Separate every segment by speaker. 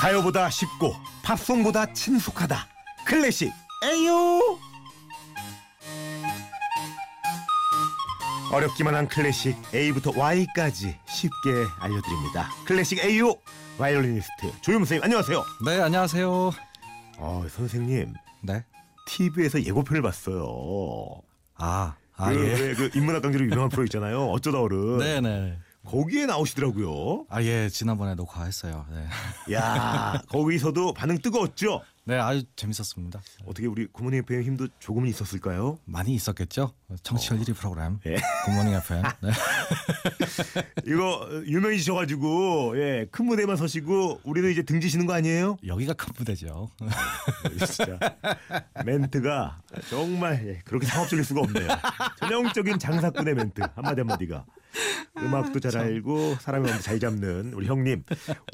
Speaker 1: 가요보다 쉽고 팝송보다 친숙하다. 클래식 에요. 어렵기만 한 클래식 A부터 Y까지 쉽게 알려드립니다. 클래식 에요. 바이올리니스트 조용 선생님 안녕하세요.
Speaker 2: 네, 안녕하세요.
Speaker 1: 어, 선생님
Speaker 2: 네.
Speaker 1: TV에서 예고편을 봤어요.
Speaker 2: 아, 아
Speaker 1: 그,
Speaker 2: 예.
Speaker 1: 왜 그 인문학 강의로 유명한 프로 있잖아요. 어쩌다 어른.
Speaker 2: 네, 네.
Speaker 1: 거기에 나오시더라고요.
Speaker 2: 아 예, 지난번에 녹화했어요. 네.
Speaker 1: 야 거기서도 반응 뜨거웠죠.
Speaker 2: 네, 아주 재밌었습니다.
Speaker 1: 어떻게 우리 구모님 FM의 힘도 조금은 있었을까요?
Speaker 2: 많이 있었겠죠? 청취율 1위 프로그램.
Speaker 1: 예.
Speaker 2: 굿모닝 FM. 네.
Speaker 1: 이거 유명해지셔가지고 예, 큰 무대만 서시고 우리도 이제 등지시는 거 아니에요? 예,
Speaker 2: 여기가 큰 무대죠.
Speaker 1: 진짜 멘트가 정말 예, 그렇게 상업적일 수가 없네요. 전형적인 장사꾼의 멘트 한마디 한마디가 음악도 잘 알고 사람의 마음도 잘 잡는 우리 형님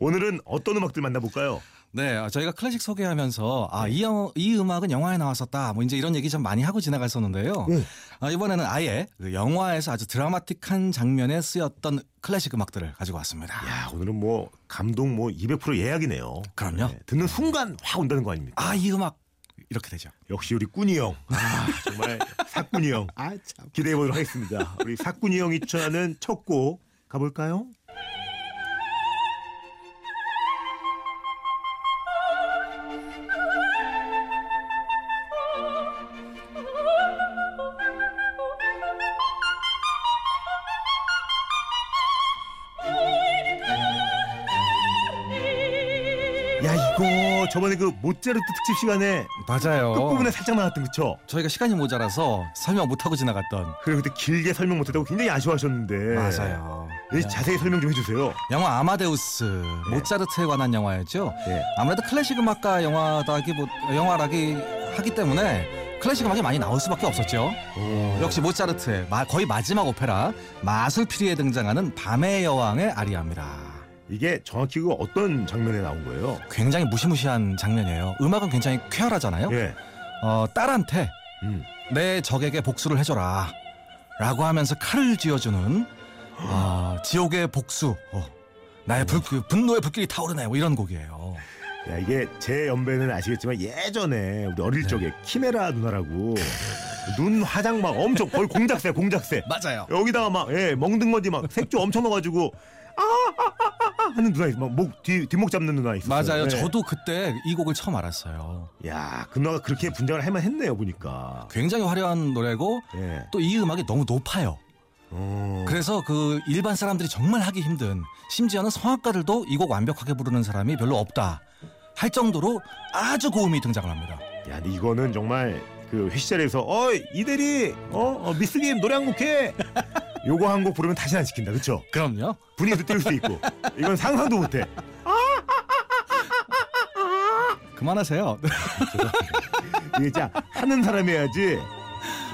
Speaker 1: 오늘은 어떤 음악들 만나볼까요?
Speaker 2: 네, 아, 저희가 클래식 소개하면서 아, 이, 영어, 이 음악은 영화에 나왔었다. 뭐 이제 이런 얘기 좀 많이 하고 지나갔었는데요.
Speaker 1: 네.
Speaker 2: 아, 이번에는 아예 그 영화에서 아주 드라마틱한 장면에 쓰였던 클래식 음악들을 가지고 왔습니다.
Speaker 1: 야 오늘은 뭐 감동 뭐 200% 예약이네요.
Speaker 2: 그럼요.
Speaker 1: 예, 듣는 순간 확 온다는 거 아닙니까?
Speaker 2: 아, 이 음악 이렇게 되죠.
Speaker 1: 역시 우리 꾸니 형. 아, 정말 삭군이 형.
Speaker 2: 아, 참.
Speaker 1: 기대해 보도록 하겠습니다. 우리 삭군이 형이 추천하는 첫 곡 가볼까요? 야 이거 저번에 그 모짜르트 특집 시간에
Speaker 2: 맞아요.
Speaker 1: 그 끝부분에 살짝 나왔던 그쵸?
Speaker 2: 저희가 시간이 모자라서 설명 못 하고 지나갔던
Speaker 1: 그리고 그때 길게 설명 못했다고 굉장히 아쉬워하셨는데 예, 자세히 설명 좀 해주세요.
Speaker 2: 영화 아마데우스 모차르트에 관한 영화였죠.
Speaker 1: 예.
Speaker 2: 아무래도 클래식 음악가 영화라기 영화라기 하기 때문에 클래식 음악이 많이 나올 수밖에 없었죠. 역시 모차르트의 마- 거의 마지막 오페라 마술피리에 등장하는 밤의 여왕의 아리아입니다.
Speaker 1: 이게 정확히 그 어떤 장면에 나온 거예요?
Speaker 2: 굉장히 무시무시한 장면이에요. 음악은 굉장히 쾌활하잖아요.
Speaker 1: 예.
Speaker 2: 어, 딸한테
Speaker 1: 음.
Speaker 2: 내 적에게 복수를 해줘라 라고 하면서 칼을 쥐어주는 아, 지옥의 복수 어, 나의 불, 그 분노의 불길이 타오르네 뭐 이런 곡이에요
Speaker 1: 예. 야, 이게 제 연배는 아시겠지만 예전에 우리
Speaker 2: 네.
Speaker 1: 어릴 적에 키메라 누나라고 눈 화장 막 엄청 거의 공작새 공작새
Speaker 2: 맞아요
Speaker 1: 여기다가 막 예, 멍든거지 막 색조 엄청 넣어가지고 아, 아아아아 하는 누나 있어 막목 뒷목 잡는 누나 있어
Speaker 2: 맞아요 저도 그때 이 곡을 처음 알았어요
Speaker 1: 야그 누나가 그렇게 분장을 할만 했네요 보니까
Speaker 2: 굉장히 화려한 노래고
Speaker 1: 예.
Speaker 2: 또 이 음악이 너무 높아요
Speaker 1: 어.
Speaker 2: 그래서 그 일반 사람들이 정말 하기 힘든 심지어는 성악가들도 이 곡 완벽하게 부르는 사람이 별로 없다 할 정도로 아주 고음이 등장을 합니다
Speaker 1: 야, 근데 이거는 정말 그 회식자리에서 어이 이대리 어, 어 미스님 노래 한 곡 해. 요거 한 곡 부르면 다시 안 시킨다, 그쵸
Speaker 2: 그럼요
Speaker 1: 분위기도 띄울 수 있고 이건 상상도 못해.
Speaker 2: 그만하세요
Speaker 1: 이게 진짜 하는 사람이 해야지.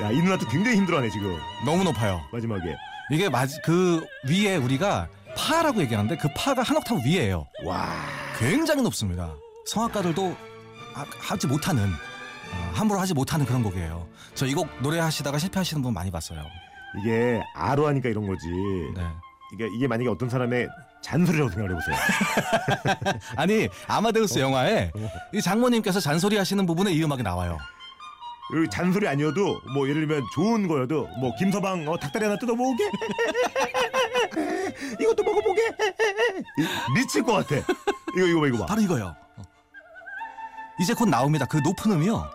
Speaker 1: 야, 이 누나도 굉장히 힘들어하네 지금
Speaker 2: 너무 높아요
Speaker 1: 마지막에.
Speaker 2: 이게 마지, 그 위에 우리가 파라고 얘기하는데 그 파가 한 옥타브 위에예요.
Speaker 1: 와,
Speaker 2: 굉장히 높습니다. 성악가들도 하- 하지 못하는 어, 함부로 하지 못하는 그런 곡이에요. 저 이 곡 노래하시다가 실패하시는 분 많이 봤어요.
Speaker 1: 이게 아로 하니까 이런 거지. 그러니까
Speaker 2: 네.
Speaker 1: 이게 이게 만약에 어떤 사람의 잔소리라고 생각해 보세요.
Speaker 2: 아니 아마데우스 영화에 이 장모님께서 잔소리하시는 부분에 이 음악이 나와요.
Speaker 1: 그 잔소리 아니어도 뭐 예를 들면 좋은 거여도 뭐 김서방 어, 닭다리 하나 뜯어보게 이것도 먹어보게 이- 미칠 것 같아 이거 이거 봐 이거 봐
Speaker 2: 바로 이거요. 예 이제 곧 나옵니다. 그 높은 음이요.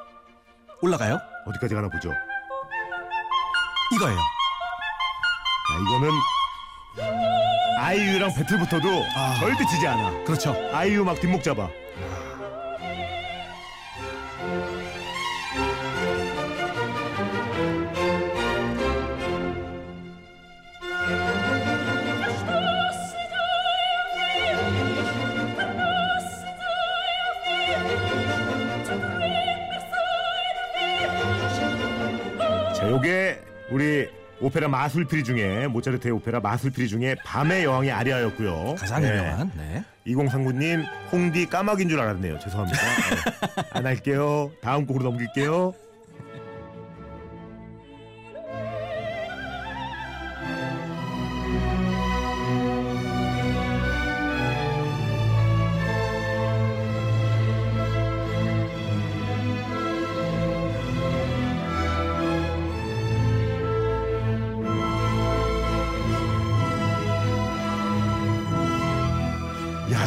Speaker 2: 올라가요?
Speaker 1: 어디까지 가나 보죠 야,
Speaker 2: 이거예요.
Speaker 1: 이거는 아이유랑 배틀부터도
Speaker 2: 아.
Speaker 1: 절대 지지 않아
Speaker 2: 그렇죠.
Speaker 1: 아이유 막 뒷목 잡아 자 요게 우리 오페라 마술피리 중에 모차르트의 오페라 마술피리 중에 밤의 여왕의 아리아였고요
Speaker 2: 가장
Speaker 1: 네.
Speaker 2: 유명한. 네.
Speaker 1: 2039님 홍디 까마귀인 줄 알았네요. 죄송합니다. 네. 안 할게요. 다음 곡으로 넘길게요.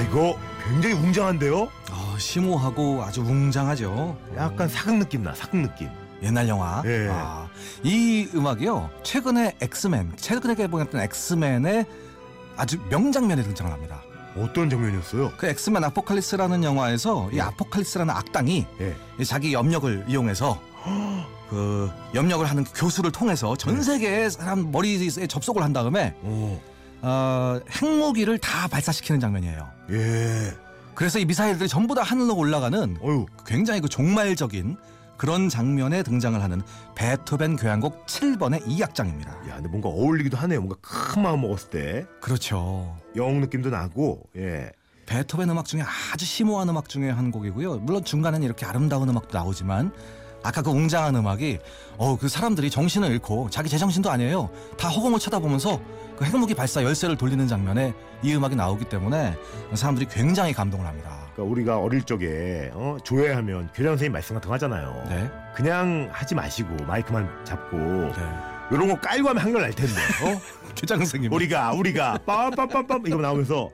Speaker 1: 이거 굉장히 웅장한데요?
Speaker 2: 아, 심오하고 아주 웅장하죠.
Speaker 1: 약간 사극 느낌 나, 사극 느낌.
Speaker 2: 옛날 영화.
Speaker 1: 예.
Speaker 2: 아, 이 음악이요. 최근에 엑스맨, 최근에 개봉했던 엑스맨의 아주 명장면에 등장합니다.
Speaker 1: 어떤 장면이었어요?
Speaker 2: 그 엑스맨 아포칼립스라는 영화에서 이
Speaker 1: 예.
Speaker 2: 아포칼립스라는 악당이
Speaker 1: 예.
Speaker 2: 이 자기 염력을 이용해서 그 염력을 하는 교수를 통해서 전
Speaker 1: 네.
Speaker 2: 세계의 사람 머리에 접속을 한 다음에
Speaker 1: 오.
Speaker 2: 어, 핵무기를 다 발사시키는 장면이에요.
Speaker 1: 예.
Speaker 2: 그래서 이 미사일들이 전부 다 하늘로 올라가는
Speaker 1: 어유.
Speaker 2: 굉장히 그 종말적인 그런 장면에 등장을 하는 베토벤 교향곡 7번의 이악장입니다
Speaker 1: 야, 근데 뭔가 어울리기도 하네요. 뭔가 큰 마음 먹었을 때
Speaker 2: 그렇죠.
Speaker 1: 영웅 느낌도 나고. 예.
Speaker 2: 베토벤 음악 중에 아주 심오한 음악 중에 한 곡이고요. 물론 중간에는 이렇게 아름다운 음악도 나오지만 아까 그 웅장한 음악이 어그 사람들이 정신을 잃고 자기 제정신도 아니에요. 다 허공을 쳐다보면서 그 핵무기 발사 열쇠를 돌리는 장면에 이 음악이 나오기 때문에 사람들이 굉장히 감동을 합니다.
Speaker 1: 그러니까 우리가 어릴 적에 어, 조회하면 교장 선생님 말씀 같은 거 하잖아요.
Speaker 2: 네.
Speaker 1: 그냥 하지 마시고 마이크만 잡고
Speaker 2: 네.
Speaker 1: 이런 거 깔고 하면 학렬 날 텐데. 어?
Speaker 2: 교장 선생님.
Speaker 1: 우리가 우리가 빠빠빠빠 이거 나오면서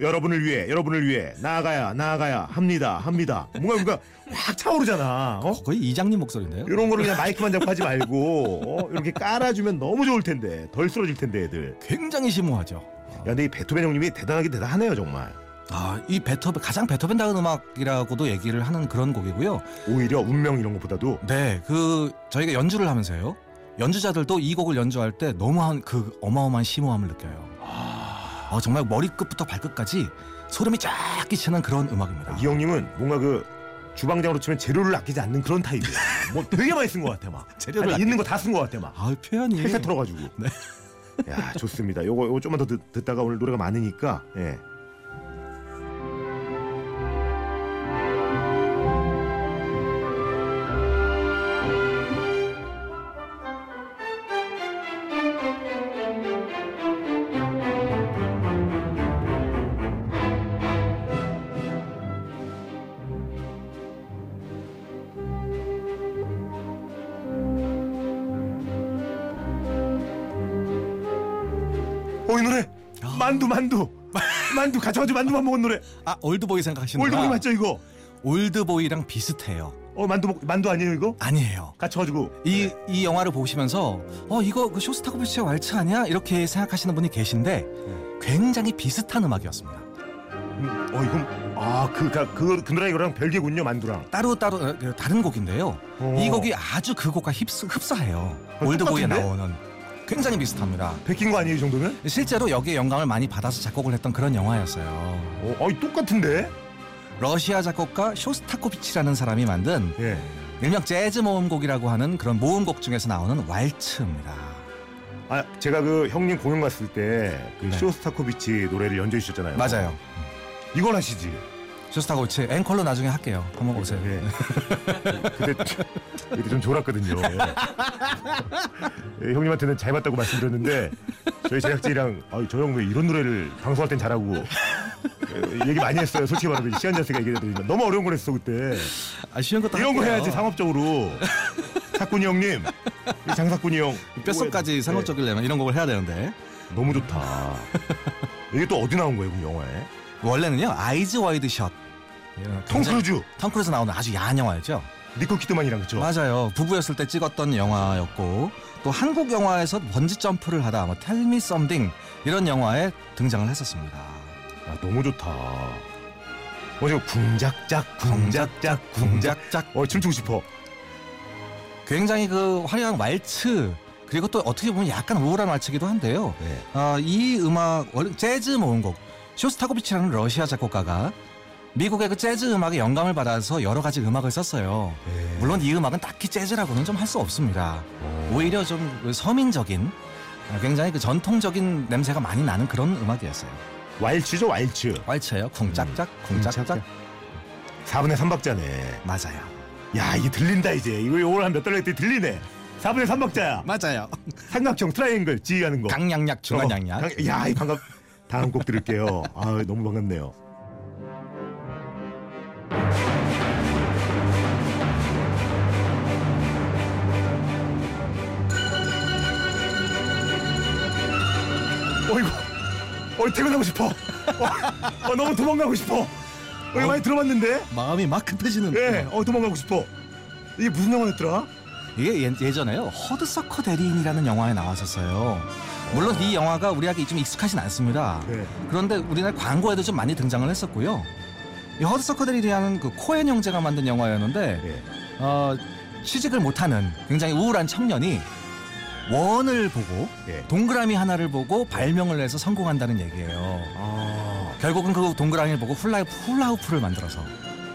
Speaker 1: 여러분을 위해 여러분을 위해 나아가야 나아가야 합니다 합니다 뭔가 뭔가 확 차오르잖아 어?
Speaker 2: 거의 이장님 목소리인데요.
Speaker 1: 이런 거를 그냥 마이크만 잡고 하지 말고 어? 이렇게 깔아주면 너무 좋을 텐데 덜 쓰러질 텐데 애들
Speaker 2: 굉장히 심오하죠.
Speaker 1: 야 근데 이 베토벤 형님이 대단하긴 대단하네요 정말
Speaker 2: 아, 이 베토벤 가장 베토벤다운 음악이라고도 얘기를 하는 그런 곡이고요.
Speaker 1: 오히려 운명 이런 것보다도
Speaker 2: 네, 그 저희가 연주를 하면서요. 연주자들도 이 곡을 연주할 때 너무한 그 어마어마한 심오함을 느껴요. 아, 정말 머리끝부터 발끝까지 소름이 쫙 끼치는 그런 음악입니다.
Speaker 1: 이 형님은 뭔가 그 주방장으로 치면 재료를 아끼지 않는 그런 타입이야 뭐 되게 많이 쓴 것 같아 막
Speaker 2: 재료를
Speaker 1: 아니, 있는 거 다 쓴 것 같아 막
Speaker 2: 아, 표현이
Speaker 1: 헬세 틀어가지고
Speaker 2: 네.
Speaker 1: 야 좋습니다 요거 요거 좀만 더 듣, 듣다가 오늘 노래가 많으니까 예. 어 이 노래 만두 만두 만두 가져가지고 만두만 먹은 노래
Speaker 2: 아, 올드보이 생각하시는
Speaker 1: 올드보이 맞죠 이거
Speaker 2: 올드보이랑 비슷해요.
Speaker 1: 어 만두 먹, 만두 아니에요 이거
Speaker 2: 아니에요.
Speaker 1: 가져가지고
Speaker 2: 이, 이 영화를 보시면서 어 이거 그 쇼스타코비치의 왈츠 아니야? 이렇게 생각하시는 분이 계신데
Speaker 1: 네.
Speaker 2: 굉장히 비슷한 음악이었습니다.
Speaker 1: 음, 어 이건 아그그 그, 노래 이거랑 별개군요 만두랑
Speaker 2: 따로 따로 어, 다른 곡인데요.
Speaker 1: 어.
Speaker 2: 이 곡이 아주 그 곡과 흡사, 흡사해요.
Speaker 1: 아,
Speaker 2: 올드보이에
Speaker 1: 똑같은데?
Speaker 2: 나오는 굉장히 비슷합니다.
Speaker 1: 베낀 거 아니에요 이 정도면?
Speaker 2: 실제로 여기에 영감을 많이 받아서 작곡을 했던 그런 영화였어요.
Speaker 1: 어 아이 똑같은데
Speaker 2: 러시아 작곡가 쇼스타코비치라는 사람이 만든
Speaker 1: 예
Speaker 2: 일명 재즈 모음곡이라고 하는 그런 모음곡 중에서 나오는 왈츠입니다.
Speaker 1: 아, 제가 그 형님 공연 갔을 때그
Speaker 2: 네.
Speaker 1: 쇼스타코비치 노래를 연주해 주셨잖아요
Speaker 2: 맞아요.
Speaker 1: 이걸 하시지
Speaker 2: 쇼스타코비치 앵콜로 나중에 할게요. 한번 오세요.
Speaker 1: 예. 그때 그때 좀 졸았거든요. 예, 형님한테는 잘 봤다고 말씀드렸는데 저희 제작진이랑 아, 저형 왜 이런 노래를 방송할 땐 잘하고 예, 얘기 많이 했어요. 솔직히 말하면 시안 자세가 얘기해드리면 너무 어려운 걸 했어 그때.
Speaker 2: 아, 쉬운 것도
Speaker 1: 이런 거
Speaker 2: 할게요.
Speaker 1: 해야지 상업적으로. 사꾼이 형님, 이 장사꾼이 형
Speaker 2: 뼛속까지 상업적이려면 이런 곡을 해야 되는데
Speaker 1: 예, 너무 좋다. 이게 또 어디 나온 거예요, 그럼 영화에?
Speaker 2: 원래는 요 아이즈 와이드 샷.
Speaker 1: 톰 크루즈,
Speaker 2: 톰 크루즈 나오는 아주 야한 영화였죠.
Speaker 1: 니콜 키드만이랑 그쵸?
Speaker 2: 맞아요. 부부였을 때 찍었던 영화였고 또 한국 영화에서 번지 점프를 하다 뭐 텔미 썸띵 이런 영화에 등장을 했었습니다.
Speaker 1: 아, 너무 좋다. 어제 궁작작 궁작작 궁작.
Speaker 2: 궁작작
Speaker 1: 어 춤추고 싶어.
Speaker 2: 굉장히 그 화려한 왈츠 그리고 또 어떻게 보면 약간 우울한 왈츠기도 한데요.
Speaker 1: 네.
Speaker 2: 아, 이 음악 원래 재즈 모음곡 쇼스타코비치라는 러시아 작곡가가 미국의 그 재즈 음악에 영감을 받아서 여러 가지 음악을 썼어요. 물론 이 음악은 딱히 재즈라고는 좀 할 수 없습니다. 오히려 좀그 서민적인 아, 굉장히 그 전통적인 냄새가 많이 나는 그런 음악이었어요.
Speaker 1: 왈츠죠 왈츠.
Speaker 2: 왈츠예요. 쿵짝짝 쿵짝짝
Speaker 1: 쿵짝짝. 4분의 3박자네.
Speaker 2: 맞아요.
Speaker 1: 야 이게 들린다 이제. 이거 요걸 한몇 달 했더니 들리네. 4분의 3박자야.
Speaker 2: 맞아요.
Speaker 1: 삼각형 트라이앵글 지휘하는 거.
Speaker 2: 강냥약
Speaker 1: 어,
Speaker 2: 중간냥약.
Speaker 1: 강- 야, 이 반갑. 다음 곡 들을게요. 아, 너무 반갑네요. 어이구, 어이 퇴근하고 싶어. 어, 어, 너무 도망가고 싶어. 어, 이거 많이 들어봤는데.
Speaker 2: 마음이 막 급해지는.
Speaker 1: 예, 어 도망가고 싶어. 이게 무슨 영화였더라?
Speaker 2: 이게 예, 예전에요 허드서커 대리인이라는 영화에 나왔었어요. 물론 이 영화가 우리에게 좀 익숙하진 않습니다.
Speaker 1: 네.
Speaker 2: 그런데 우리나라 광고에도 좀 많이 등장을 했었고요. 이 허드서커 대리인이라는 그 코엔 형제가 만든 영화였는데
Speaker 1: 예.
Speaker 2: 어, 취직을 못하는 굉장히 우울한 청년이 원을 보고
Speaker 1: 예.
Speaker 2: 동그라미 하나를 보고 발명을 해서 성공한다는 얘기예요.
Speaker 1: 아,
Speaker 2: 결국은 그 동그라미를 보고 훌라, 훌라후프를 만들어서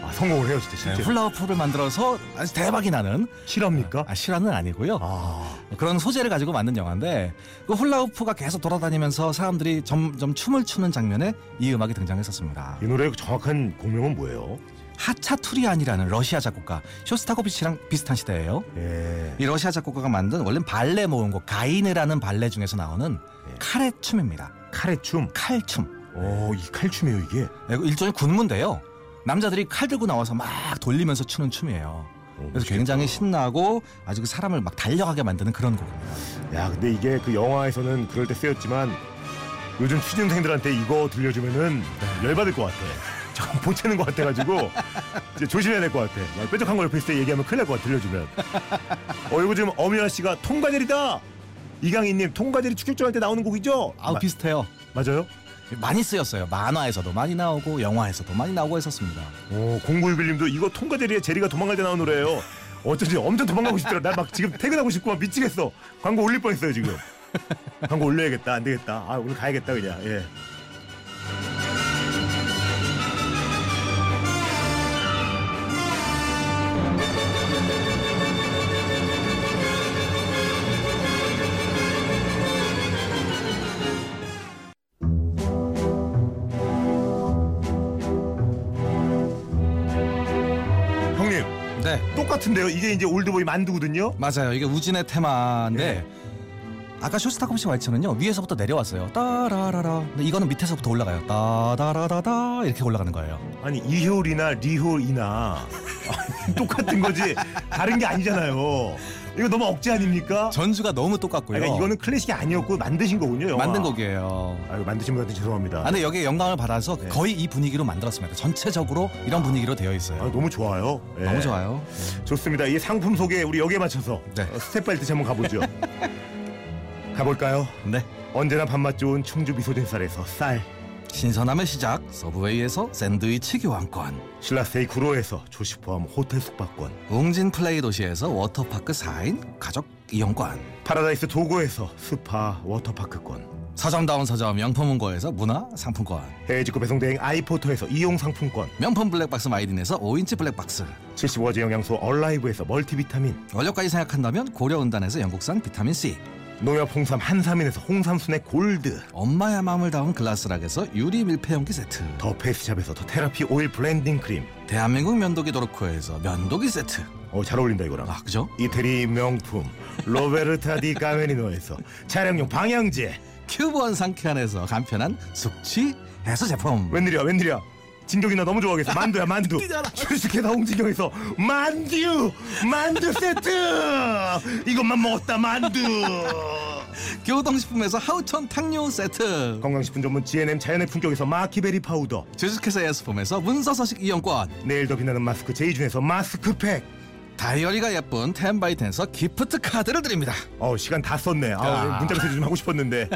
Speaker 1: 아, 성공을 해요 진짜
Speaker 2: 네,
Speaker 1: 실제.
Speaker 2: 훌라후프를 만들어서 아주 대박이 나는
Speaker 1: 실합니까?
Speaker 2: 아, 실화는 아니고요.
Speaker 1: 아,
Speaker 2: 그런 소재를 가지고 만든 영화인데 그 훌라후프가 계속 돌아다니면서 사람들이 점점 춤을 추는 장면에 이 음악이 등장했었습니다.
Speaker 1: 이 노래의 정확한 공명은 뭐예요?
Speaker 2: 하차투리안이라는 러시아 작곡가 쇼스타코비치랑 비슷한 시대예요.
Speaker 1: 예.
Speaker 2: 이 러시아 작곡가가 만든 원래 는 발레 모음곡 가이네라는 발레 중에서 나오는
Speaker 1: 예.
Speaker 2: 칼의 춤입니다.
Speaker 1: 칼의 춤.
Speaker 2: 칼춤.
Speaker 1: 오, 이 칼춤이에요 이게.
Speaker 2: 이거 일종의 군무인데요. 남자들이 칼 들고 나와서 막 돌리면서 추는 춤이에요.
Speaker 1: 오,
Speaker 2: 그래서
Speaker 1: 멋있겠다.
Speaker 2: 굉장히 신나고 아주 그 사람을 막 달려가게 만드는 그런 곡입니다.
Speaker 1: 야, 근데 이게 그 영화에서는 그럴 때 쓰였지만 요즘 취준생들한테 이거 들려주면은
Speaker 2: 네.
Speaker 1: 열받을 것 같아. 조금 보채는 것 같아가지고 이제 조심해야 될 것 같아. 막 뾰족한 거 옆에 있을 때 얘기하면 큰일 날 것 같아. 들려주면. 어, 이거 지금 엄연아 씨가 통과제리다. 이강인님 통과제리 축격전할 때 나오는 곡이죠?
Speaker 2: 아우
Speaker 1: 마-
Speaker 2: 비슷해요.
Speaker 1: 맞아요?
Speaker 2: 많이 쓰였어요. 만화에서도 많이 나오고 영화에서도 많이 나오고 했었습니다.
Speaker 1: 오, 0961님도 이거 통과제리에 제리가 도망갈 때 나오는 노래예요. 어쩐지 엄청 도망가고 싶더라. 나 막 지금 퇴근하고 싶고 막 미치겠어. 광고 올릴 뻔했어요 지금. 광고 올려야겠다. 안 되겠다. 아 오늘 가야겠다 그냥. 예. 형님
Speaker 2: 네,
Speaker 1: 똑같은데요. 이게 이제 올드보이 만두거든요.
Speaker 2: 맞아요. 이게 우진의 테마인데
Speaker 1: 예.
Speaker 2: 아까 쇼스타kovich 왈츠는요 위에서부터 내려왔어요. 따라라라. 근데 이거는 밑에서부터 올라가요. 따다라다다 이렇게 올라가는 거예요.
Speaker 1: 아니 이효리나 리효리나 똑같은 거지 다른 게 아니잖아요. 이거 너무 억지 아닙니까?
Speaker 2: 전주가 너무 똑같고요.
Speaker 1: 그러니까 이거는 클래식이 아니었고 만드신 거군요. 영화.
Speaker 2: 만든 곡이에요.
Speaker 1: 아유 만드신 분한테 죄송합니다.
Speaker 2: 아, 근데 여기에 영감을 받아서
Speaker 1: 네.
Speaker 2: 거의 이 분위기로 만들었습니다. 그러니까 전체적으로 이런 분위기로 되어 있어요.
Speaker 1: 아, 너무 좋아요. 예.
Speaker 2: 너무 좋아요.
Speaker 1: 좋습니다. 이 상품 소개 우리 여기에 맞춰서
Speaker 2: 네.
Speaker 1: 어, 스텝 바이 스텝 한번 가보죠. 가볼까요?
Speaker 2: 네.
Speaker 1: 언제나 밥맛 좋은 충주 미소진 쌀에서 쌀,
Speaker 2: 신선함의 시작 서브웨이에서 샌드위치 교환권
Speaker 1: 신라스테이 구로에서 조식 포함 호텔 숙박권,
Speaker 2: 웅진 플레이 도시에서 워터파크 4인 가족 이용권
Speaker 1: 파라다이스 도고에서 스파 워터파크권,
Speaker 2: 서점다운 서점 명품문고에서 문화 상품권
Speaker 1: 해외 직구 배송 대행 아이포터에서 이용 상품권.
Speaker 2: 명품 블랙박스 마이딘에서 5인치 블랙박스
Speaker 1: 75가지 영양소 얼라이브에서 멀티비타민
Speaker 2: 원료까지 생각한다면 고려은단에서 영국산 비타민C
Speaker 1: 농협 홍삼 한삼인에서 홍삼순의 골드
Speaker 2: 엄마의 마음을 담은 글라스락에서 유리 밀폐용기 세트
Speaker 1: 더 페이스샵에서 더 테라피 오일 블렌딩 크림
Speaker 2: 대한민국 면도기 도르코에서 면도기 세트
Speaker 1: 어 잘 어울린다 이거랑
Speaker 2: 아 그죠?
Speaker 1: 이태리 명품 로베르타 디 까메리노에서 차량용 방향제
Speaker 2: 큐브원 상쾌한에서 간편한 숙취 해소 제품
Speaker 1: 웬일이야 웬일이야 진격이 나 너무 좋아하겠어 만두야 만두 출식회사 홍진경에서 만두 만두 세트 이것만 먹었다 만두
Speaker 2: 교동식품에서 하우천 탕류 세트
Speaker 1: 건강식품 전문 GNM 자연의 품격에서 마키베리 파우더
Speaker 2: 주식회사 예스폼에서 문서서식 이용권
Speaker 1: 내일 더 빛나는 마스크 제이준에서 마스크팩
Speaker 2: 다이어리가 예쁜 텐바이텐에서 기프트 카드를 드립니다
Speaker 1: 어 시간 다 썼네. 아,
Speaker 2: 야.
Speaker 1: 문자 메시지 좀 하고 싶었는데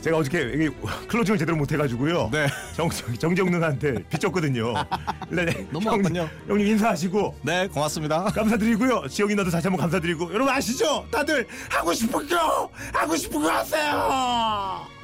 Speaker 1: 제가 어저께 이게 클로징을 제대로 못 해가지고요.
Speaker 2: 네.
Speaker 1: 정 정정능한테 빚졌거든요. 네, 네.
Speaker 2: 너무
Speaker 1: 형님,
Speaker 2: 아팠군요.
Speaker 1: 형님 인사하시고
Speaker 2: 네 고맙습니다
Speaker 1: 감사드리고요. 지영이 나도 다시 한번 감사드리고 여러분 아시죠? 다들 하고 싶은 거 하고 싶은 거 하세요.